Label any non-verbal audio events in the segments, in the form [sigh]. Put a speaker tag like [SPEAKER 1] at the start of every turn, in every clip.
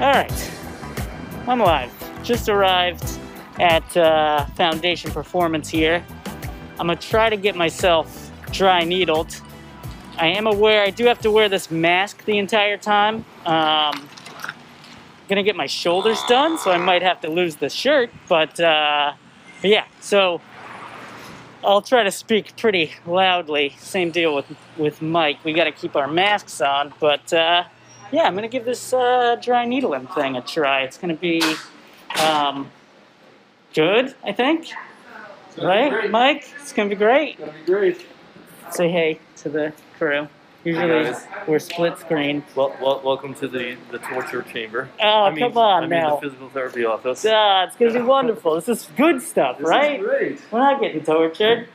[SPEAKER 1] All right, I'm live. Just arrived at uh, Foundation Performance here. I'm gonna try to get myself dry needled. I am aware I do have to wear this mask the entire time. Um, gonna get my shoulders done, so I might have to lose the shirt. But, uh, but yeah, so I'll try to speak pretty loudly. Same deal with with Mike. We got to keep our masks on, but uh, yeah, I'm gonna give this uh, dry needling thing a try. It's gonna be um, good, I think. Right, Mike? It's gonna be great.
[SPEAKER 2] That'd be great.
[SPEAKER 1] Say hey to the crew. Usually
[SPEAKER 2] guys.
[SPEAKER 1] we're split screen.
[SPEAKER 2] Well, well, welcome to the, the torture chamber.
[SPEAKER 1] Oh,
[SPEAKER 2] I mean,
[SPEAKER 1] come on
[SPEAKER 2] I mean
[SPEAKER 1] now.
[SPEAKER 2] the physical therapy office.
[SPEAKER 1] Ah, it's gonna be wonderful. This is good stuff,
[SPEAKER 2] This is
[SPEAKER 1] right?
[SPEAKER 2] great.
[SPEAKER 1] We're not getting tortured.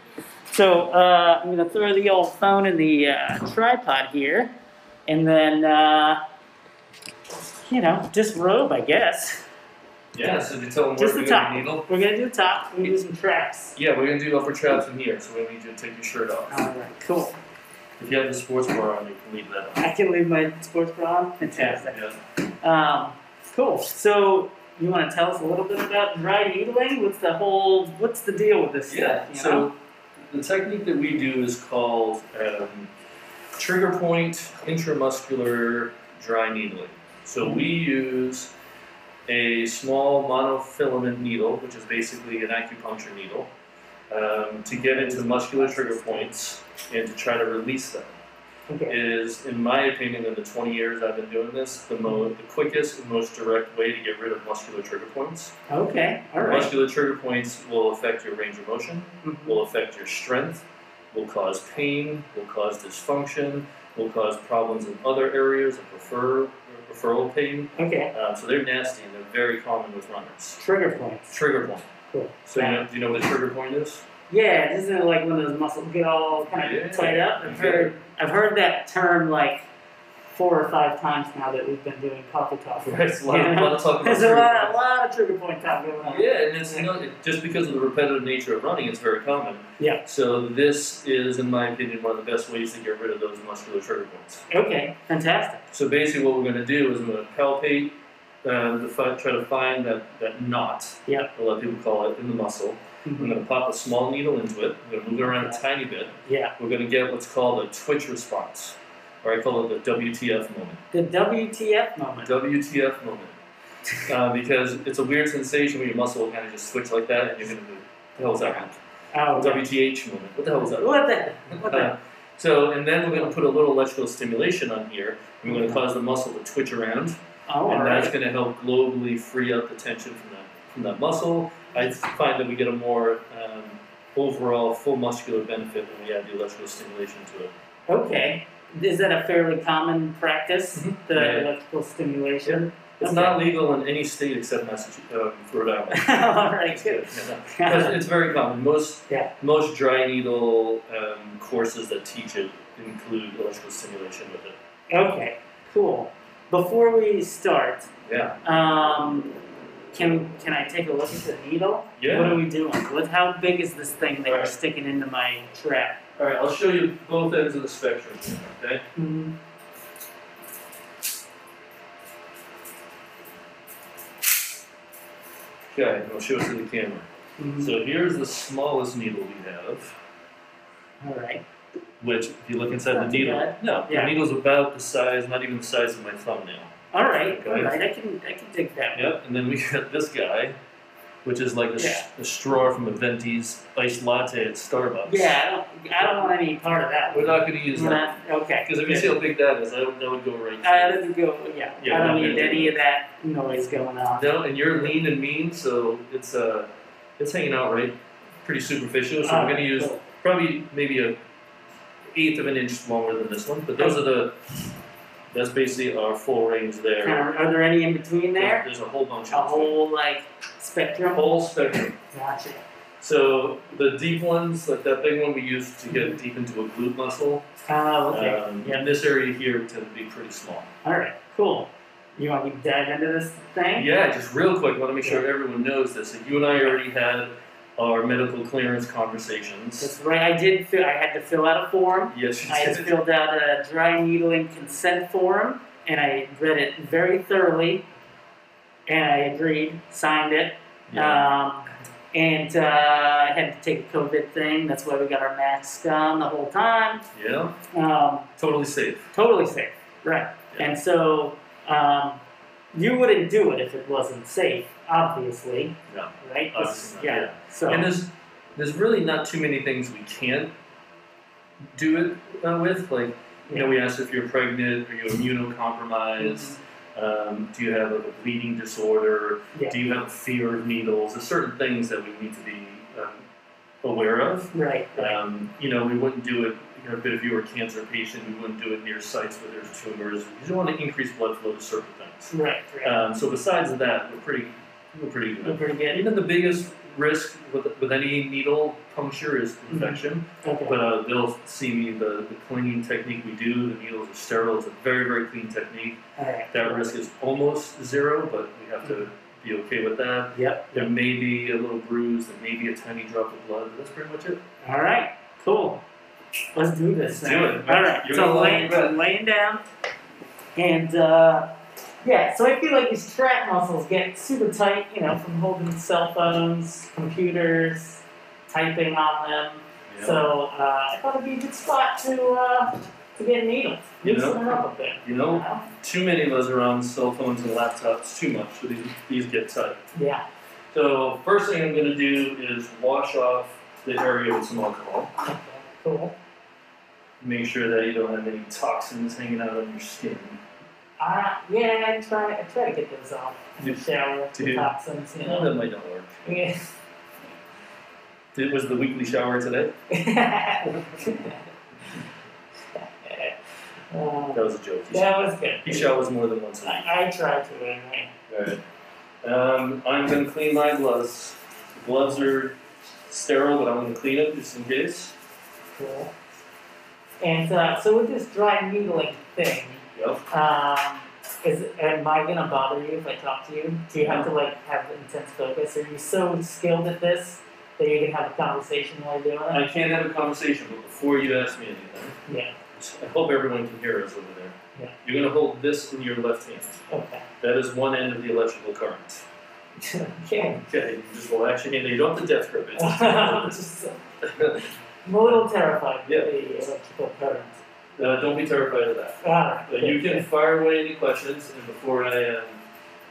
[SPEAKER 1] So uh, I'm gonna throw the old phone in the uh, tripod here, and then uh, you know disrobe, I guess.
[SPEAKER 2] Yeah, so they tell them
[SPEAKER 1] Just
[SPEAKER 2] where
[SPEAKER 1] the
[SPEAKER 2] we're going
[SPEAKER 1] top.
[SPEAKER 2] to needle.
[SPEAKER 1] We're gonna do the top. We're gonna do some traps.
[SPEAKER 2] Yeah, we're going to do upper traps in here, so we need you to take your shirt off.
[SPEAKER 1] All right, cool.
[SPEAKER 2] If you have the sports bra on, you can leave that on.
[SPEAKER 1] I can leave my sports bra on. Fantastic.
[SPEAKER 2] Yeah.
[SPEAKER 1] Um, cool. So you want to tell us a little bit about dry needling? What's the whole? What's the deal with this
[SPEAKER 2] Yeah,
[SPEAKER 1] stuff? you know?
[SPEAKER 2] so the technique that we do is called um, trigger point intramuscular dry needling. So we use a small monofilament needle, which is basically an acupuncture needle, um, to get into muscular trigger points and to try to release them.
[SPEAKER 1] okay.
[SPEAKER 2] Is, in my opinion, in the 20 years I've been doing this, the, mo- the quickest and most direct way to get rid of muscular trigger points.
[SPEAKER 1] Okay. All right.
[SPEAKER 2] Muscular trigger points will affect your range of motion
[SPEAKER 1] Mhm.
[SPEAKER 2] will affect your strength, will cause pain, will cause dysfunction, will cause problems in other areas of refer, referral pain.
[SPEAKER 1] Okay.
[SPEAKER 2] Uh, so they're nasty and they're very common with runners.
[SPEAKER 1] Trigger points.
[SPEAKER 2] Trigger point.
[SPEAKER 1] Cool.
[SPEAKER 2] So you know, do you know what a trigger point is?
[SPEAKER 1] [laughs] Yeah, isn't it like when those muscles get all kind of
[SPEAKER 2] Yeah.
[SPEAKER 1] tight up? I've heard, I've heard that term like four or five times now that we've been doing coffee talk.
[SPEAKER 2] [laughs] There's a lot, a lot of talk
[SPEAKER 1] [laughs]
[SPEAKER 2] about
[SPEAKER 1] There's a
[SPEAKER 2] trigger
[SPEAKER 1] lot, a
[SPEAKER 2] points.
[SPEAKER 1] lot of trigger point talk going on.
[SPEAKER 2] Yeah, and it's you know, it- just because of the repetitive nature of running, it's very common.
[SPEAKER 1] Yeah.
[SPEAKER 2] So this is, in my opinion, one of the best ways to get rid of those muscular trigger points.
[SPEAKER 1] Okay, fantastic.
[SPEAKER 2] So basically, what we're going to do is we're going to palpate, um, to fi- try to find that, that knot,
[SPEAKER 1] Yeah.
[SPEAKER 2] a lot of people call it, in the muscle. I'm going to pop a small needle into it. We're going to move it around a tiny bit.
[SPEAKER 1] Yeah,
[SPEAKER 2] We're going to get what's called a twitch response, or I call it the WTF moment.
[SPEAKER 1] the WTF moment.
[SPEAKER 2] WTF moment. Uh, because it's a weird sensation when your muscle will kind of just switch like that and you're going to move. What the hell was that?
[SPEAKER 1] Oh,
[SPEAKER 2] WTH moment. What the hell was that?
[SPEAKER 1] What the? What the?
[SPEAKER 2] Uh, so, and then we're going to put a little electrical stimulation on here, and we're going to cause the muscle to twitch around.
[SPEAKER 1] Oh, all
[SPEAKER 2] and that's
[SPEAKER 1] right.
[SPEAKER 2] going to help globally free up the tension from that from that muscle. I find that we get a more um, overall full muscular benefit when we add the electrical stimulation to it.
[SPEAKER 1] Okay. Is that a fairly common practice?
[SPEAKER 2] Mhm.
[SPEAKER 1] The
[SPEAKER 2] Yeah.
[SPEAKER 1] electrical stimulation.
[SPEAKER 2] It's not legal in any state except Massachusetts, um, Rhode [laughs] Island.
[SPEAKER 1] [laughs] all right. Good.
[SPEAKER 2] Yeah. Because it's very common. Most
[SPEAKER 1] Yeah.
[SPEAKER 2] most dry needle um, courses that teach it include electrical stimulation with it.
[SPEAKER 1] Okay, cool. Before we start,
[SPEAKER 2] Yeah.
[SPEAKER 1] um, can can I take a look at the needle?
[SPEAKER 2] Yeah.
[SPEAKER 1] What are we doing? What? How big is this thing that you're
[SPEAKER 2] Alright.
[SPEAKER 1] sticking into my trap?
[SPEAKER 2] All right. I'll show you both ends of the spectrum. Okay. Mm-hmm.
[SPEAKER 1] Mm,
[SPEAKER 2] Okay. and I'll show it to the camera.
[SPEAKER 1] mm,
[SPEAKER 2] So here's the smallest needle we have.
[SPEAKER 1] all right.
[SPEAKER 2] which if you look inside
[SPEAKER 1] Not
[SPEAKER 2] the
[SPEAKER 1] too
[SPEAKER 2] needle,
[SPEAKER 1] bad.
[SPEAKER 2] no,
[SPEAKER 1] Yeah.
[SPEAKER 2] the needle's about the size, not even the size of my thumbnail.
[SPEAKER 1] All right.
[SPEAKER 2] Okay.
[SPEAKER 1] All right. I can I can take that. one.
[SPEAKER 2] Yep, and then we [laughs] got this guy, which is like a, s-
[SPEAKER 1] Yeah.
[SPEAKER 2] a straw from a Venti's iced latte at Starbucks.
[SPEAKER 1] Yeah. I don't I don't want any part of that.
[SPEAKER 2] We're not going to use
[SPEAKER 1] We're
[SPEAKER 2] that.
[SPEAKER 1] not- okay.
[SPEAKER 2] Because if you see how big that is, I would, that would go right
[SPEAKER 1] I
[SPEAKER 2] through.
[SPEAKER 1] don't Uh, go. Yeah.
[SPEAKER 2] Yeah,
[SPEAKER 1] I don't
[SPEAKER 2] we're not
[SPEAKER 1] need
[SPEAKER 2] gonna do
[SPEAKER 1] any of that noise going on.
[SPEAKER 2] no, and you're lean and mean, so it's uh, it's hanging out right, pretty superficial. So
[SPEAKER 1] All
[SPEAKER 2] we're
[SPEAKER 1] right,
[SPEAKER 2] going to use
[SPEAKER 1] Ah, cool.
[SPEAKER 2] probably maybe a eighth of an inch longer than this one, but those are the. That's basically our full range there.
[SPEAKER 1] Are, are there any in between there?
[SPEAKER 2] There's a whole bunch
[SPEAKER 1] A
[SPEAKER 2] of them.
[SPEAKER 1] whole like spectrum.
[SPEAKER 2] whole spectrum.
[SPEAKER 1] Gotcha.
[SPEAKER 2] So the deep ones, like that big one we use to get deep into a glute muscle.
[SPEAKER 1] Oh, okay.
[SPEAKER 2] Um, And this area here tends to be pretty small.
[SPEAKER 1] All right, cool. You want me to dive into this thing?
[SPEAKER 2] Yeah, just real quick, I want to make sure everyone knows this. Like you and I already had our medical clearance conversations.
[SPEAKER 1] That's right. I did. Fill, I had to fill out a form.
[SPEAKER 2] Yes, you
[SPEAKER 1] I had
[SPEAKER 2] did.
[SPEAKER 1] filled out a dry needling consent form, and I read it very thoroughly. and I agreed, signed it.
[SPEAKER 2] Yeah.
[SPEAKER 1] Um, and uh, I had to take a COVID thing. That's why we got our masks on the whole time.
[SPEAKER 2] yeah.
[SPEAKER 1] Um,
[SPEAKER 2] Totally safe.
[SPEAKER 1] totally safe, right?
[SPEAKER 2] Yeah.
[SPEAKER 1] And so um, you wouldn't do it if it wasn't safe, obviously,
[SPEAKER 2] No.
[SPEAKER 1] right? This-
[SPEAKER 2] Obviously not,
[SPEAKER 1] yeah.
[SPEAKER 2] yeah.
[SPEAKER 1] So
[SPEAKER 2] And there's there's really not too many things we can do it uh, with. Like, you know, we asked if you're pregnant, are you
[SPEAKER 1] Mm-hmm.
[SPEAKER 2] immunocompromised? Um, do you have like, a bleeding disorder?
[SPEAKER 1] Yeah.
[SPEAKER 2] Do you have a fear of needles? There's certain things that we need to be um, aware of.
[SPEAKER 1] right, right,
[SPEAKER 2] Um, you know, we wouldn't do it. You know, if you were a cancer patient, we wouldn't do it near sites where there's tumors. You don't want to increase blood flow to certain things.
[SPEAKER 1] right, right.
[SPEAKER 2] Um, so besides that, we're pretty, we're pretty good.
[SPEAKER 1] We're pretty
[SPEAKER 2] And
[SPEAKER 1] good.
[SPEAKER 2] even the biggest risk with, with any needle puncture is infection.
[SPEAKER 1] Okay.
[SPEAKER 2] But uh, they'll see me the, the cleaning technique we do. The needles are sterile. It's a very very clean technique.
[SPEAKER 1] All right.
[SPEAKER 2] That risk is almost zero, but we have to be okay with that.
[SPEAKER 1] Yep.
[SPEAKER 2] There may be a little bruise. There may be a tiny drop of blood. But that's pretty much it.
[SPEAKER 1] All right. Cool. Let's do this.
[SPEAKER 2] Let's
[SPEAKER 1] now.
[SPEAKER 2] do it.
[SPEAKER 1] All right.
[SPEAKER 2] You're
[SPEAKER 1] so
[SPEAKER 2] gonna lay
[SPEAKER 1] laying,
[SPEAKER 2] in bed.
[SPEAKER 1] so laying down, and uh, yeah. So I feel like these trap muscles get super tight, you know, from holding cell phones, computers, typing on them.
[SPEAKER 2] Yeah.
[SPEAKER 1] So uh, I thought it'd be a good spot to uh, to get a needle.
[SPEAKER 2] You know?
[SPEAKER 1] Loosen it up a bit.
[SPEAKER 2] you
[SPEAKER 1] you
[SPEAKER 2] know,
[SPEAKER 1] know?
[SPEAKER 2] too many of us are on cell phones and laptops too much, so these, these get tight.
[SPEAKER 1] Yeah.
[SPEAKER 2] So first thing I'm going to do is wash off the area with some alcohol.
[SPEAKER 1] Okay, Cool.
[SPEAKER 2] Make sure that you don't have any toxins hanging out on your skin.
[SPEAKER 1] Uh, yeah, I try. I try to get those off in the shower. The
[SPEAKER 2] Dude.
[SPEAKER 1] toxins, you
[SPEAKER 2] No,
[SPEAKER 1] know.
[SPEAKER 2] that might not work.
[SPEAKER 1] Yeah.
[SPEAKER 2] Did, was the weekly shower today?
[SPEAKER 1] that
[SPEAKER 2] That was a joke. He,
[SPEAKER 1] was good.
[SPEAKER 2] he showers more than once a week.
[SPEAKER 1] I, I tried to anyway.
[SPEAKER 2] Alright. Um, I'm going to clean my gloves. Gloves are sterile, but I'm going to clean them just in case.
[SPEAKER 1] Cool. And uh, so with this dry needling thing,
[SPEAKER 2] Yep.
[SPEAKER 1] um, is am I gonna bother you if I talk to you? Do you have to like have intense focus? Are you so skilled at this that you can have a conversation while you're doing it?
[SPEAKER 2] I can't have a conversation, but before you ask me anything,
[SPEAKER 1] Yeah.
[SPEAKER 2] I hope everyone can hear us over there.
[SPEAKER 1] Yeah.
[SPEAKER 2] You're going to hold this in your left hand. [laughs]
[SPEAKER 1] Okay.
[SPEAKER 2] That is one end of the electrical current.
[SPEAKER 1] okay.
[SPEAKER 2] Okay, you just relax your hand. You don't have to death grip
[SPEAKER 1] [laughs]
[SPEAKER 2] it. Uh, Just
[SPEAKER 1] I'm just,
[SPEAKER 2] hold
[SPEAKER 1] uh, I'm a little terrified
[SPEAKER 2] Yeah.
[SPEAKER 1] with the electrical current.
[SPEAKER 2] it. uh, don't be terrified of that.
[SPEAKER 1] Ah,
[SPEAKER 2] But you can fire away any questions, and before I um,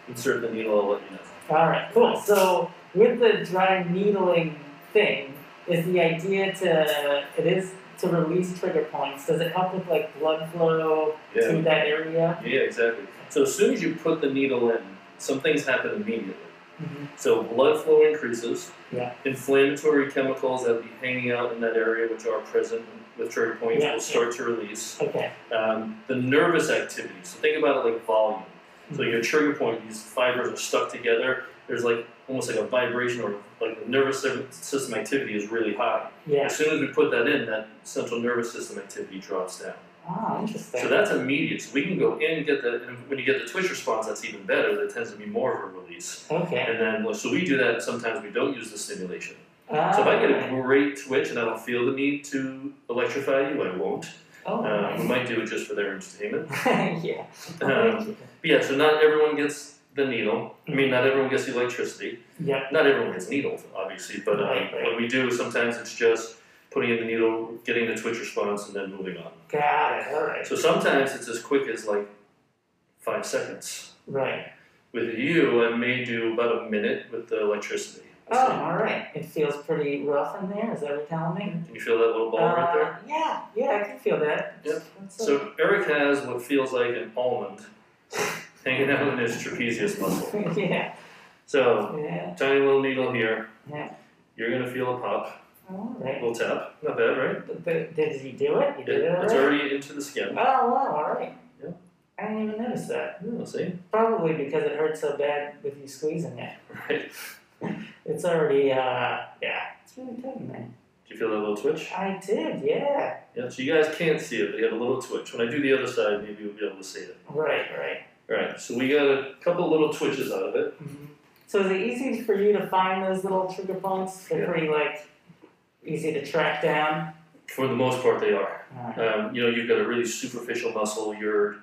[SPEAKER 2] insert the needle, I'll let you know.
[SPEAKER 1] All right, cool. So with the dry needling thing, is the idea to it is to release trigger points? Does it help with like blood flow to that area?
[SPEAKER 2] Yeah, exactly. So as soon as you put the needle in, some things happen immediately.
[SPEAKER 1] Mhm.
[SPEAKER 2] So blood flow increases.
[SPEAKER 1] Yeah.
[SPEAKER 2] Inflammatory chemicals that be hanging out in that area, which are present with trigger points,
[SPEAKER 1] Yeah,
[SPEAKER 2] will start to release.
[SPEAKER 1] Okay.
[SPEAKER 2] Um, the nervous activity. So think about it like volume. So
[SPEAKER 1] Mm-hmm.
[SPEAKER 2] your trigger point, these fibers are stuck together. There's like almost like a vibration, or like the nervous system activity is really high.
[SPEAKER 1] Yeah.
[SPEAKER 2] As soon as we put that in, that central nervous system activity drops down.
[SPEAKER 1] Oh, interesting.
[SPEAKER 2] So that's immediate. So we can go in and get the and when you get the twitch response, that's even better. That tends to be more of a release.
[SPEAKER 1] okay.
[SPEAKER 2] And then well, so we do that. Sometimes we don't use the stimulation.
[SPEAKER 1] Ah,
[SPEAKER 2] So if I get a great twitch and I don't feel the need to electrify you, I won't.
[SPEAKER 1] oh,
[SPEAKER 2] Uh, we
[SPEAKER 1] nice.
[SPEAKER 2] might do it just for their entertainment.
[SPEAKER 1] [laughs] yeah.
[SPEAKER 2] Um, But yeah. So not everyone gets the needle. I mean, not everyone gets the electricity.
[SPEAKER 1] yeah.
[SPEAKER 2] Not everyone gets needles, obviously. But um,
[SPEAKER 1] Right, right.
[SPEAKER 2] what we do is sometimes it's just putting in the needle, getting the twitch response, and then moving on.
[SPEAKER 1] Got it. All right.
[SPEAKER 2] So sometimes it's as quick as like five seconds.
[SPEAKER 1] Right.
[SPEAKER 2] With you, I may do about a minute with the electricity.
[SPEAKER 1] Oh, all right. It feels pretty rough in there. Is that what you're telling me?
[SPEAKER 2] Can you feel that little ball right there?
[SPEAKER 1] Uh, Yeah. Yeah. I can feel that.
[SPEAKER 2] Yep.
[SPEAKER 1] That's a-
[SPEAKER 2] So Eric has what feels like an almond [laughs] hanging out in his trapezius muscle.
[SPEAKER 1] [laughs] yeah.
[SPEAKER 2] So
[SPEAKER 1] Yeah.
[SPEAKER 2] tiny little needle here.
[SPEAKER 1] Yeah.
[SPEAKER 2] You're gonna feel a pop,
[SPEAKER 1] All
[SPEAKER 2] a
[SPEAKER 1] right.
[SPEAKER 2] little tap. Not bad, right?
[SPEAKER 1] But, but did he do it? He did it
[SPEAKER 2] It- it's
[SPEAKER 1] already?
[SPEAKER 2] already into the
[SPEAKER 1] Oh,
[SPEAKER 2] skin.
[SPEAKER 1] wow, alright.
[SPEAKER 2] Yeah.
[SPEAKER 1] I didn't even notice that.
[SPEAKER 2] Yeah, see, [laughs]
[SPEAKER 1] Probably because it hurt so bad with you squeezing it.
[SPEAKER 2] right?
[SPEAKER 1] It's already, uh, yeah. It's really good, man.
[SPEAKER 2] Do you feel that little twitch?
[SPEAKER 1] I did, yeah.
[SPEAKER 2] Yeah. So you guys can't see it, but you have a little twitch. When I do the other side, maybe you'll be able to see it.
[SPEAKER 1] Right, right.
[SPEAKER 2] All right. So we got a couple little twitches out of it.
[SPEAKER 1] So is it easy for you to find those little trigger points? They're
[SPEAKER 2] Yeah.
[SPEAKER 1] pretty, like, easy to track down?
[SPEAKER 2] For the most part, they are.
[SPEAKER 1] Alright.
[SPEAKER 2] Um, you know, you've got a really superficial muscle. Your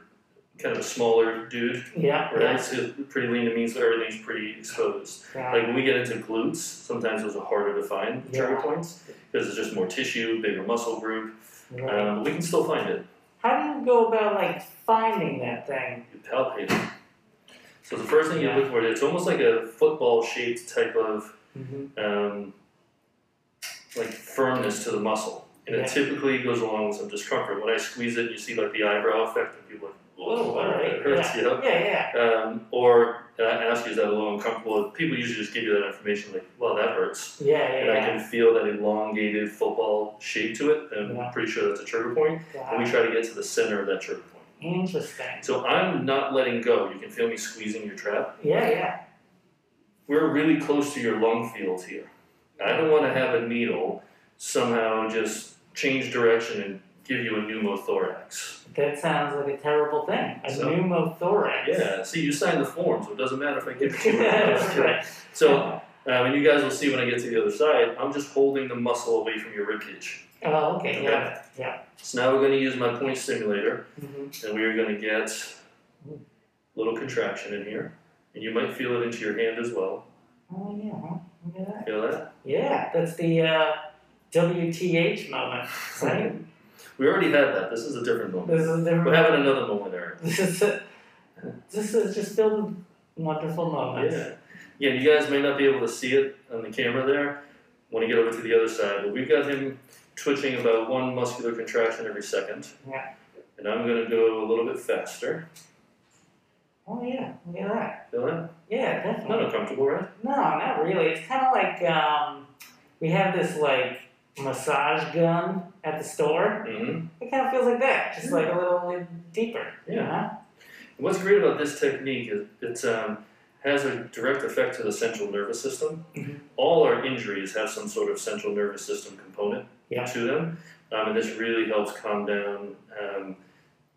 [SPEAKER 2] kind of a smaller dude,
[SPEAKER 1] Yeah,
[SPEAKER 2] right?
[SPEAKER 1] yeah,
[SPEAKER 2] So pretty lean it means everything's pretty exposed. Like
[SPEAKER 1] yeah.
[SPEAKER 2] when we get into glutes, sometimes those are harder to find trigger
[SPEAKER 1] Yeah.
[SPEAKER 2] points because it's just more tissue, bigger muscle group.
[SPEAKER 1] Right.
[SPEAKER 2] Um, but we can still find it.
[SPEAKER 1] How do you go about like finding that thing?
[SPEAKER 2] You palpate it. So the first thing you
[SPEAKER 1] Yeah.
[SPEAKER 2] look for, it's almost like a football-shaped type of
[SPEAKER 1] Mm-hmm.
[SPEAKER 2] um, like firmness to the muscle. And
[SPEAKER 1] Yeah.
[SPEAKER 2] it typically goes along with some discomfort. When I squeeze it, you see like the eyebrow effect, and people are like, whoa, all right, it hurts, you know?
[SPEAKER 1] Oh, Yeah, yeah.
[SPEAKER 2] Um, or and I ask you, is that a little uncomfortable? People usually just give you that information, like, well, that hurts.
[SPEAKER 1] Yeah, yeah,
[SPEAKER 2] And I
[SPEAKER 1] yeah.
[SPEAKER 2] can feel that elongated football shape to it, and
[SPEAKER 1] Yeah.
[SPEAKER 2] I'm pretty sure that's a trigger point. And we
[SPEAKER 1] Wow.
[SPEAKER 2] try to get to the center of that trigger point.
[SPEAKER 1] Interesting.
[SPEAKER 2] So I'm not letting go. You can feel me squeezing your trap
[SPEAKER 1] Yeah, yeah.
[SPEAKER 2] we're really close to your lung fields here. I don't want to have a needle somehow just change direction and give you a pneumothorax.
[SPEAKER 1] That sounds like a terrible thing. A
[SPEAKER 2] So-
[SPEAKER 1] pneumothorax.
[SPEAKER 2] Yeah, see, you signed the form, so it doesn't matter if I give it to you. [laughs]
[SPEAKER 1] [laughs]
[SPEAKER 2] or
[SPEAKER 1] That's [laughs]
[SPEAKER 2] not.
[SPEAKER 1] right.
[SPEAKER 2] So, um, and you guys will see when I get to the other side, I'm just holding the muscle away from your ribcage.
[SPEAKER 1] Oh, okay. Yeah. Yeah.
[SPEAKER 2] So now we're going to use my point stimulator,
[SPEAKER 1] hmm
[SPEAKER 2] and we are going to get a little contraction in here. And you might feel it into your hand as well.
[SPEAKER 1] Oh yeah. Huh? Look at that.
[SPEAKER 2] Feel that?
[SPEAKER 1] Yeah. That's the uh, WTH moment, right?
[SPEAKER 2] We already had that. This is a different moment.
[SPEAKER 1] this is a different.
[SPEAKER 2] We're having another moment, Eric.
[SPEAKER 1] [laughs] This is a, this is just filled with wonderful moments.
[SPEAKER 2] Yeah. Yeah, you guys may not be able to see it on the camera there when you get over to the other side, but we've got him twitching about one muscular contraction every second.
[SPEAKER 1] Yeah.
[SPEAKER 2] And I'm going to go a little bit faster.
[SPEAKER 1] Oh yeah. Look at that.
[SPEAKER 2] Feel that?
[SPEAKER 1] Yeah, definitely.
[SPEAKER 2] Not uncomfortable, right?
[SPEAKER 1] No, not really. It's kind of like um, we have this like massage gun at the store.
[SPEAKER 2] Mm-hmm.
[SPEAKER 1] It kind of feels like that, just like a little deeper. You
[SPEAKER 2] Yeah.
[SPEAKER 1] know?
[SPEAKER 2] What's great about this technique is it um, has a direct effect to the central nervous system.
[SPEAKER 1] Mhm.
[SPEAKER 2] All our injuries have some sort of central nervous system component
[SPEAKER 1] Yeah.
[SPEAKER 2] to them, um, and this really helps calm down, um,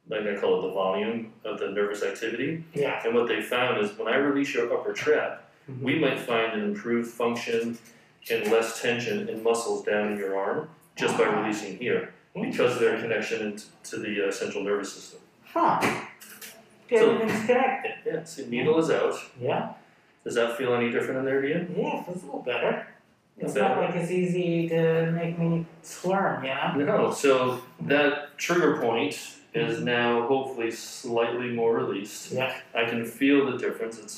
[SPEAKER 2] like I call it, the volume of the nervous activity.
[SPEAKER 1] Yeah.
[SPEAKER 2] And what they found is when I release your upper trap, we might find an improved function and less tension in muscles down in your arm just by releasing here because of their connection in- to the uh, central nervous system.
[SPEAKER 1] Huh. Yeah,
[SPEAKER 2] So-
[SPEAKER 1] everything's connected.
[SPEAKER 2] Yeah, see, needle is out.
[SPEAKER 1] Yeah.
[SPEAKER 2] Does that feel any different in there to you?
[SPEAKER 1] Yeah, it feels a little better. It's
[SPEAKER 2] Better.
[SPEAKER 1] not like it's easy to make me squirm, you know? [laughs]
[SPEAKER 2] No. So that trigger point is now hopefully slightly more released.
[SPEAKER 1] Yeah.
[SPEAKER 2] I can feel the difference. It's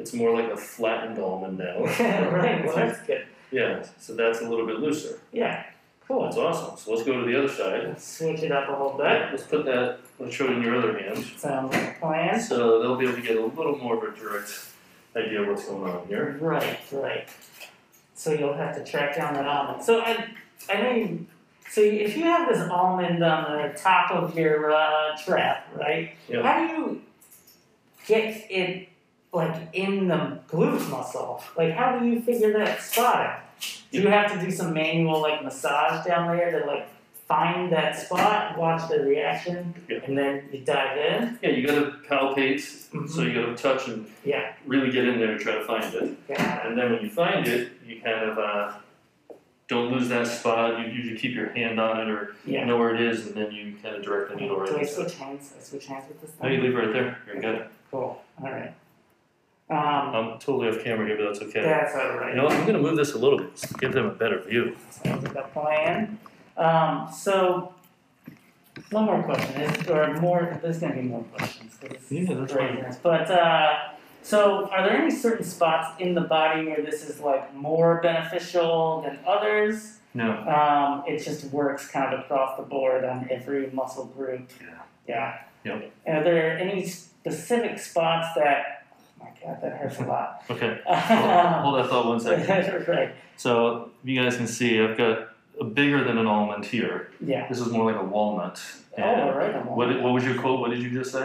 [SPEAKER 2] it's more like a flattened almond now. [laughs]
[SPEAKER 1] right, well, that's good.
[SPEAKER 2] Yeah, so that's a little bit looser.
[SPEAKER 1] Yeah, cool.
[SPEAKER 2] That's awesome. So let's go to the other side.
[SPEAKER 1] Let's switch it up a little bit.
[SPEAKER 2] Alright, let's put that, let's show it in your other hand.
[SPEAKER 1] Sounds like a plan.
[SPEAKER 2] So they'll be able to get a little more of a direct idea of what's going on here.
[SPEAKER 1] Right, right. So you'll have to track down that almond. So I, I know you. So if you have this almond on the top of your uh, trap, right?
[SPEAKER 2] Yeah.
[SPEAKER 1] How do you get it like in the glute muscle? Like how do you figure that spot out? Do you have to do some manual like massage down there to like find that spot, watch the reaction,
[SPEAKER 2] Yeah.
[SPEAKER 1] and then you dive in?
[SPEAKER 2] Yeah, you gotta palpate, so you gotta touch and
[SPEAKER 1] Yeah.
[SPEAKER 2] really get in there and try to find it.
[SPEAKER 1] Yeah.
[SPEAKER 2] And then when you find it, you kind of uh, don't lose that spot. You usually keep your hand on it or
[SPEAKER 1] Yeah.
[SPEAKER 2] know where it is, and then you kind of direct the needle right
[SPEAKER 1] Do I
[SPEAKER 2] there.
[SPEAKER 1] switch hands? I switch hands with this
[SPEAKER 2] No,
[SPEAKER 1] thing?
[SPEAKER 2] you leave it right there. You're good.
[SPEAKER 1] Cool. All right. Um,
[SPEAKER 2] I'm totally off camera here, but that's okay.
[SPEAKER 1] that's all
[SPEAKER 2] You
[SPEAKER 1] right.
[SPEAKER 2] know what? I'm gonna move this a little bit, just to give them a better view.
[SPEAKER 1] Sounds like a plan. Um, so one more question, is- or more. There's gonna be more questions. 'cause it's
[SPEAKER 2] Yeah, that's
[SPEAKER 1] great. But uh, so, are there any certain spots in the body where this is like more beneficial than others?
[SPEAKER 2] No.
[SPEAKER 1] Um, it just works kind of across the board on every muscle group. Yeah. Yeah.
[SPEAKER 2] Yep.
[SPEAKER 1] And are there any specific spots that? Oh my god, that hurts a
[SPEAKER 2] [laughs]
[SPEAKER 1] lot. [laughs]
[SPEAKER 2] Okay. Hold hold that thought one second.
[SPEAKER 1] right.
[SPEAKER 2] So you guys can see I've got a bigger than an almond here.
[SPEAKER 1] Yeah.
[SPEAKER 2] This is more like a walnut.
[SPEAKER 1] Oh,
[SPEAKER 2] And
[SPEAKER 1] right. I'm all-
[SPEAKER 2] what, did- what was your quote? What did you just say?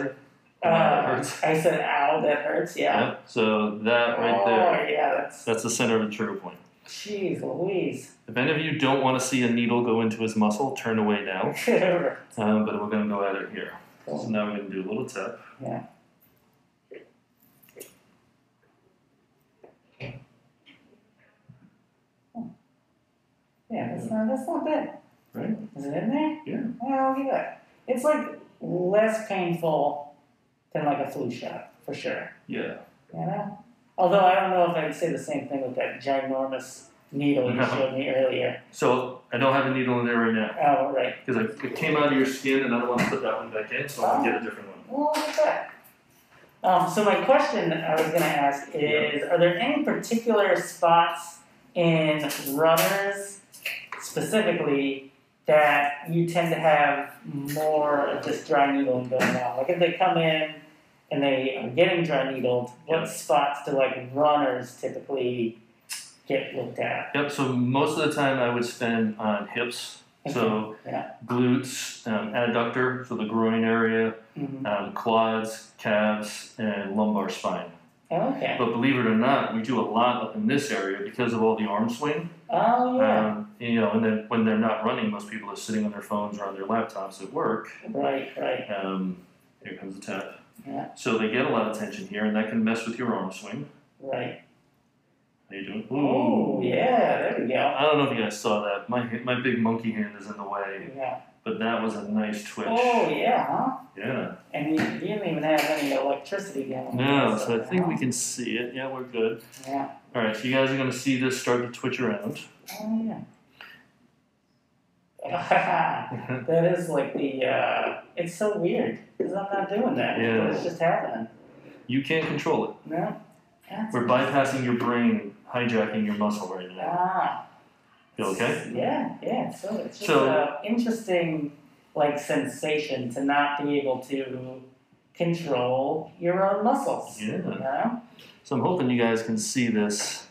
[SPEAKER 1] Uh,
[SPEAKER 2] that hurts.
[SPEAKER 1] I said, "Ow, that hurts." Yeah.
[SPEAKER 2] Yep, So that right
[SPEAKER 1] oh,
[SPEAKER 2] there,
[SPEAKER 1] yeah. That's.
[SPEAKER 2] that's the center of the trigger point.
[SPEAKER 1] Jeez, Louise. [laughs]
[SPEAKER 2] If any of you don't want to see a needle go into his muscle, turn away now.
[SPEAKER 1] cool.
[SPEAKER 2] Um, but we're going to go at it here. So now we're going to do a little tap.
[SPEAKER 1] Yeah. Yeah, that's not that's not bad.
[SPEAKER 2] Right?
[SPEAKER 1] Is it in there?
[SPEAKER 2] Yeah.
[SPEAKER 1] Well, look at that. It's like less painful than like a flu shot, for sure.
[SPEAKER 2] Yeah.
[SPEAKER 1] You know? Although I don't know if I'd say the same thing with that ginormous needle
[SPEAKER 2] [laughs]
[SPEAKER 1] you
[SPEAKER 2] No.
[SPEAKER 1] showed me earlier.
[SPEAKER 2] So I don't have a needle in there right now
[SPEAKER 1] Oh, right.
[SPEAKER 2] because I- it came out of your skin, and I don't want to put that one back in, so I'm gonna get a different one.
[SPEAKER 1] Well, look at that. Um, so my question I was gonna ask is, are there any particular spots in runners specifically that you tend to have more of this dry needling going on? Like if they come in and they are getting dry needled,
[SPEAKER 2] Yeah.
[SPEAKER 1] what spots do like runners typically get looked at?
[SPEAKER 2] Yep. So most of the time I would spend on hips, so
[SPEAKER 1] Yeah.
[SPEAKER 2] glutes, um, adductor, so the groin area,
[SPEAKER 1] Mhm.
[SPEAKER 2] um, quads, calves, and lumbar spine.
[SPEAKER 1] Okay.
[SPEAKER 2] But believe it or not, we do a lot up in this area because of all the arm swing.
[SPEAKER 1] Oh yeah.
[SPEAKER 2] Um, you know, and then when they're not running, most people are sitting on their phones or on their laptops at work.
[SPEAKER 1] right. Right.
[SPEAKER 2] Um, here comes the tap.
[SPEAKER 1] Yeah.
[SPEAKER 2] So they get a lot of tension here, and that can mess with your arm swing.
[SPEAKER 1] Right.
[SPEAKER 2] How you doing?
[SPEAKER 1] Oh yeah. There we go.
[SPEAKER 2] I don't know if you guys saw that. My ha- my big monkey hand is in the way,
[SPEAKER 1] Yeah.
[SPEAKER 2] but that was a nice twitch.
[SPEAKER 1] Oh yeah, huh?
[SPEAKER 2] Yeah.
[SPEAKER 1] And you, you didn't even have any electricity going.
[SPEAKER 2] No, so I think we can see it. Yeah, we're good.
[SPEAKER 1] Yeah.
[SPEAKER 2] All right, so you guys are gonna see this start to twitch around. [laughs]
[SPEAKER 1] Oh yeah. [laughs] that is like the. Uh, it's so weird because I'm not doing that.
[SPEAKER 2] Yeah.
[SPEAKER 1] But it's just happening.
[SPEAKER 2] you can't control it.
[SPEAKER 1] No. That's
[SPEAKER 2] We're bypassing your brain, hijacking your muscle right now.
[SPEAKER 1] Ah.
[SPEAKER 2] You okay?
[SPEAKER 1] Yeah, yeah. So it's just
[SPEAKER 2] So-
[SPEAKER 1] a interesting, like sensation to not be able to control your own muscles.
[SPEAKER 2] Yeah.
[SPEAKER 1] You know? [laughs]
[SPEAKER 2] So I'm hoping you guys can see this.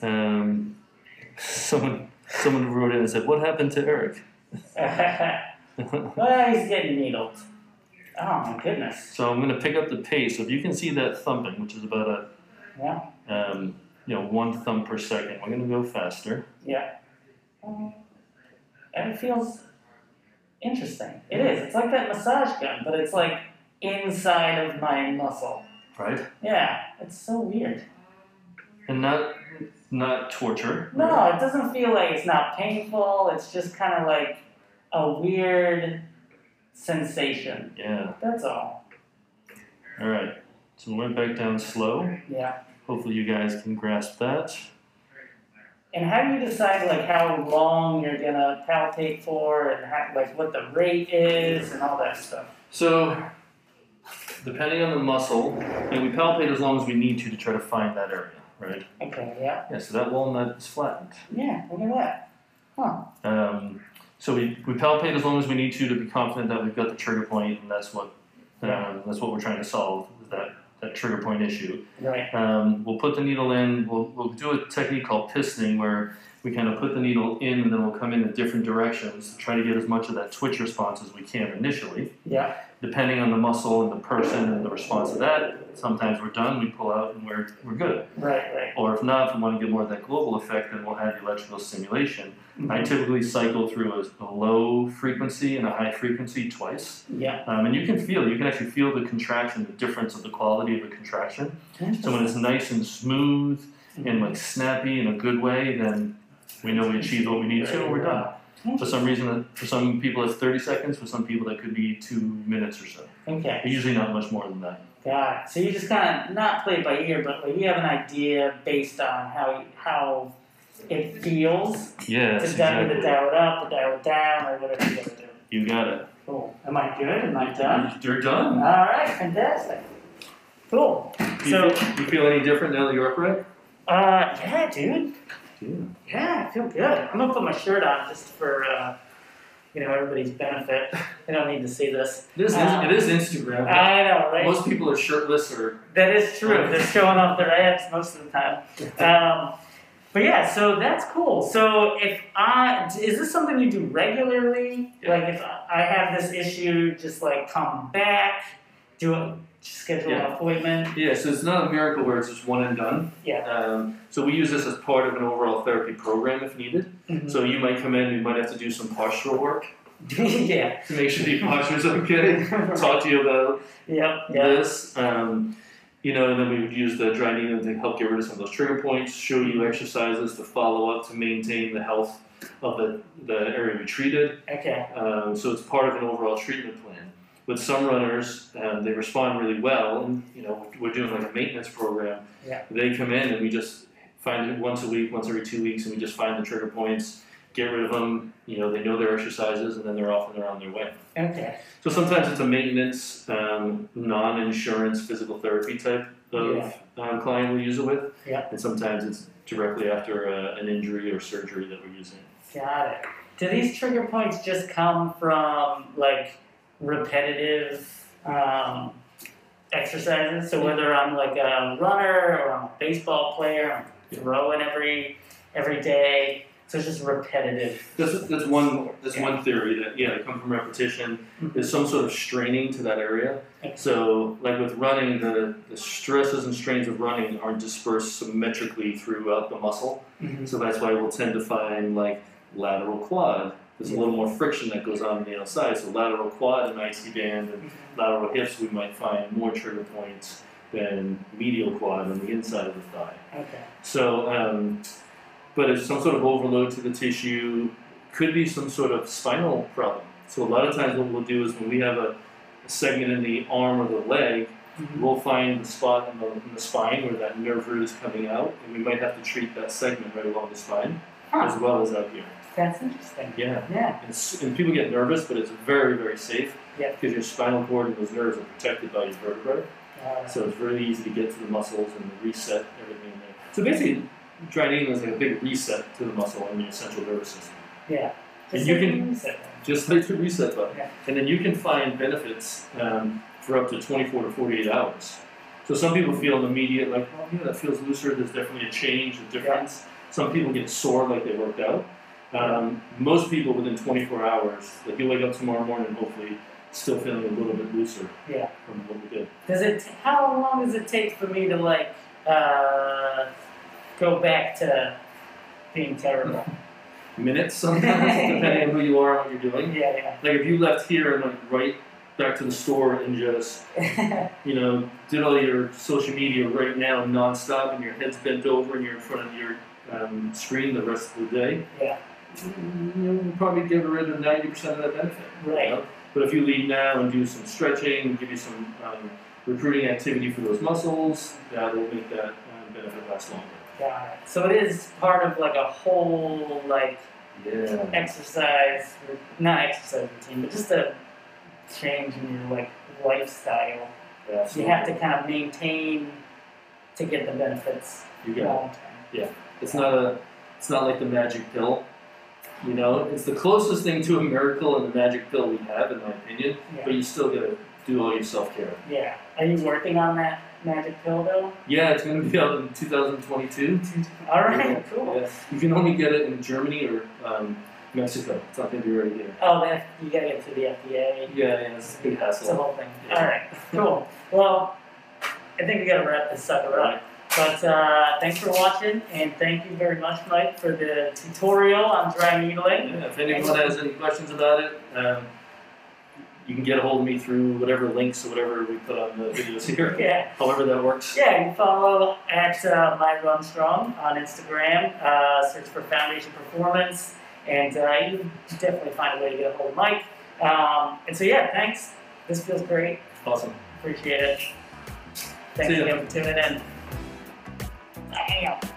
[SPEAKER 2] Um, [laughs] someone someone wrote in and said, "What happened to Eric?" [laughs]
[SPEAKER 1] well, he's getting needled. Oh my goodness.
[SPEAKER 2] so I'm going to pick up the pace. So if you can see that thumping, which is about
[SPEAKER 1] Yeah.
[SPEAKER 2] a um, you know one thump per second, we're going to go faster.
[SPEAKER 1] Um, and it feels interesting. It is. It's like that massage gun, but it's like inside of my muscle.
[SPEAKER 2] Right.
[SPEAKER 1] Yeah, it's so weird.
[SPEAKER 2] And not not torture.
[SPEAKER 1] No, it doesn't feel like it's not painful. It's just kind of like a weird sensation.
[SPEAKER 2] Yeah.
[SPEAKER 1] That's all.
[SPEAKER 2] All right. So we're back down slow.
[SPEAKER 1] Yeah.
[SPEAKER 2] Hopefully you guys can grasp that.
[SPEAKER 1] And how do you decide like how long you're gonna palpate for, and how, like what the rate is, and all that stuff?
[SPEAKER 2] So, depending on the muscle, and we palpate as long as we need to to try to find that area, right?
[SPEAKER 1] Okay. Yeah.
[SPEAKER 2] Yeah, so that walnut is flattened.
[SPEAKER 1] Yeah. Look at that.
[SPEAKER 2] Um, so we, we palpate as long as we need to to be confident that we've got the trigger point, and that's what um, that's what we're trying to solve is that that trigger point issue.
[SPEAKER 1] Right.
[SPEAKER 2] Um, we'll put the needle in. We'll we'll do a technique called pistoning where we kind of put the needle in and then we'll come in in different directions to try to get as much of that twitch response as we can initially.
[SPEAKER 1] Yeah.
[SPEAKER 2] depending on the muscle and the person and the response to that, sometimes we're done, we pull out, and we're, we're good.
[SPEAKER 1] Right. Right.
[SPEAKER 2] Or if not, if we want to get more of that global effect, then we'll add the electrical stimulation. I typically cycle through a, a low frequency and a high frequency twice.
[SPEAKER 1] Yeah.
[SPEAKER 2] Um, and you can feel, you can actually feel the contraction, the difference of the quality of the contraction. So when it's nice and smooth and like snappy in a good way, then we know we achieved what we need to, and we're done. For some reason, for some people, it's 30 seconds. For some people, that could be two minutes or so.
[SPEAKER 1] Okay.
[SPEAKER 2] Usually not much more than that.
[SPEAKER 1] Got it. So you just kind of not play it by ear, but like you have an idea based on how how it feels
[SPEAKER 2] Yeah,
[SPEAKER 1] to dial to dial it up, to dial it down, or whatever you gotta do.
[SPEAKER 2] You got it.
[SPEAKER 1] Cool. Am I good? Am I done?
[SPEAKER 2] You're
[SPEAKER 1] All
[SPEAKER 2] done.
[SPEAKER 1] right. Fantastic. Cool.
[SPEAKER 2] You
[SPEAKER 1] So-
[SPEAKER 2] feel- you feel any different now that you're upright?
[SPEAKER 1] Uh, yeah, dude.
[SPEAKER 2] Yeah.
[SPEAKER 1] Yeah, I feel good. I'm gonna put my shirt on just for uh, you know everybody's benefit. [laughs] They don't need to see this.
[SPEAKER 2] It is.
[SPEAKER 1] Uh,
[SPEAKER 2] it is Instagram.
[SPEAKER 1] I know, right?
[SPEAKER 2] Most people are shirtless or.
[SPEAKER 1] That is true. They're showing off their abs most of the time. Um, but yeah, so that's cool. So if I is this something you do regularly?
[SPEAKER 2] Yeah.
[SPEAKER 1] Like if I have this issue, just like come back, do a schedule an
[SPEAKER 2] Yeah.
[SPEAKER 1] appointment.
[SPEAKER 2] Yeah. So it's not a miracle where it's just one and done.
[SPEAKER 1] Yeah.
[SPEAKER 2] Um, so we use this as part of an overall therapy program if needed. So you might come in. We might have to do some postural work
[SPEAKER 1] [laughs] yeah.
[SPEAKER 2] to make sure the
[SPEAKER 1] [laughs]
[SPEAKER 2] posture's okay. Talk to you about
[SPEAKER 1] Yep. Yep.
[SPEAKER 2] this. Um, you know, and then we would use the dry needling to help get rid of some of those trigger points, show you exercises to follow up to maintain the health of the, the area we treated.
[SPEAKER 1] Okay.
[SPEAKER 2] Um, so it's part of an overall treatment plan. with some runners, um, they respond really well, and you know we're doing like a maintenance program.
[SPEAKER 1] Yeah.
[SPEAKER 2] They come in and we just find it once a week, once every two weeks, and we just find the trigger points, get rid of them. You know they know their exercises, and then they're off and they're on their way.
[SPEAKER 1] Okay.
[SPEAKER 2] So sometimes it's a maintenance, um, non-insurance physical therapy type of
[SPEAKER 1] Yeah.
[SPEAKER 2] um, client we use it with,
[SPEAKER 1] Yeah.
[SPEAKER 2] and sometimes it's directly after uh, an injury or surgery that we're using. it.
[SPEAKER 1] Got it. Do these trigger points just come from like repetitive um, exercises? So whether I'm like a runner or I'm a baseball player, I'm
[SPEAKER 2] Yeah.
[SPEAKER 1] throwing every every day. So it's just repetitive.
[SPEAKER 2] That's, that's one that's one theory that yeah they come from repetition.
[SPEAKER 1] Mhm.
[SPEAKER 2] There's some sort of straining to that area.
[SPEAKER 1] Okay.
[SPEAKER 2] So like with running, the, the stresses and strains of running are dispersed symmetrically throughout the muscle.
[SPEAKER 1] Mhm.
[SPEAKER 2] So that's why we'll tend to find like lateral quad. There's a little more friction that goes on on the outside. So lateral quad and icy band and lateral hips, we might find more trigger points than medial quad on the inside of the thigh.
[SPEAKER 1] Okay.
[SPEAKER 2] So, um, but it's some sort of overload to the tissue. Could be some sort of spinal problem. So a lot of times, what we'll do is when we have a, a segment in the arm or the leg,
[SPEAKER 1] Mhm.
[SPEAKER 2] we'll find the spot in the, in the spine where that nerve root is coming out, and we might have to treat that segment right along the spine
[SPEAKER 1] Huh.
[SPEAKER 2] as well as out here.
[SPEAKER 1] That's interesting.
[SPEAKER 2] Yeah.
[SPEAKER 1] Yeah.
[SPEAKER 2] And, s- and people get nervous, but it's very, very safe
[SPEAKER 1] Yeah.
[SPEAKER 2] because your spinal cord and those nerves are protected by your vertebrae.
[SPEAKER 1] Got it.
[SPEAKER 2] So it's really easy to get to the muscles and reset everything in there. So basically, dry needling is like a big reset to the muscle and your central nervous system,
[SPEAKER 1] Yeah.
[SPEAKER 2] And
[SPEAKER 1] Just
[SPEAKER 2] you
[SPEAKER 1] like
[SPEAKER 2] can-
[SPEAKER 1] music.
[SPEAKER 2] just like the reset button.
[SPEAKER 1] Yeah.
[SPEAKER 2] And then you can find benefits um, for up to 24 to 48 hours. So some people feel an immediate, like, oh, yeah, that feels looser. There's definitely a change, a difference. Some people get sore like they worked out. Um, most people within 24 hours, like you wake up tomorrow morning, hopefully, still feeling a little bit looser
[SPEAKER 1] Yeah.
[SPEAKER 2] from what we did.
[SPEAKER 1] Does it? How long does it take for me to like uh, go back to being
[SPEAKER 2] [laughs]
[SPEAKER 1] terrible? [laughs]
[SPEAKER 2] Minutes sometimes, depending on who you are and what you're doing.
[SPEAKER 1] yeah,
[SPEAKER 2] Like if you left here and went right back to the store and just,
[SPEAKER 1] yeah. [laughs]
[SPEAKER 2] you know, did all your social media right now nonstop and your head's bent over and you're in front of your um, screen the rest of the day.
[SPEAKER 1] Yeah.
[SPEAKER 2] You'll probably get rid of ninety percent of that benefit. you
[SPEAKER 1] Right.
[SPEAKER 2] know? But if you leave now and do some stretching, give you some um, recruiting activity for those muscles, that will make that um, benefit last longer.
[SPEAKER 1] Got it. So it is part of like a whole like
[SPEAKER 2] Yeah.
[SPEAKER 1] exercise, not exercise routine, but just a change in your like lifestyle.
[SPEAKER 2] That's
[SPEAKER 1] You have to kind of maintain to get the benefits
[SPEAKER 2] You got it.
[SPEAKER 1] long term.
[SPEAKER 2] It's not a it's not like the magic pill. You know, it's the closest thing to a miracle and the magic pill we have in my opinion, but
[SPEAKER 1] Yeah.
[SPEAKER 2] you still gotta do all your self care.
[SPEAKER 1] yeah. Are you working on that magic pill
[SPEAKER 2] [laughs]
[SPEAKER 1] though?
[SPEAKER 2] Yeah, it's gonna be out in two thousand twenty two.
[SPEAKER 1] All right. Cool.
[SPEAKER 2] You can only get it in Germany or um, Mexico. It's not gonna be right here.
[SPEAKER 1] Oh, then you gotta get to the FDA.
[SPEAKER 2] Yeah, yeah, it's a big
[SPEAKER 1] It's a
[SPEAKER 2] hassle.
[SPEAKER 1] whole thing.
[SPEAKER 2] Yeah.
[SPEAKER 1] All right, cool. Well, I think we gotta wrap this sucker up. But uh, thanks for watching, and thank you very much, Mike, for the tutorial on dry needling.
[SPEAKER 2] Yeah, if anyone has any questions about it, um, you can get a hold of me through whatever links or whatever we put on the videos here. [laughs]
[SPEAKER 1] Yeah,
[SPEAKER 2] However that works.
[SPEAKER 1] yeah. You can follow at uh, my run strong on Instagram. Uh, search for Foundation Performance, and uh, you can definitely find a way to get a hold of Mike. Um, and so yeah, thanks. This feels great.
[SPEAKER 2] Awesome.
[SPEAKER 1] Appreciate it. Thanks
[SPEAKER 2] See ya.
[SPEAKER 1] again for tuning in. Bam.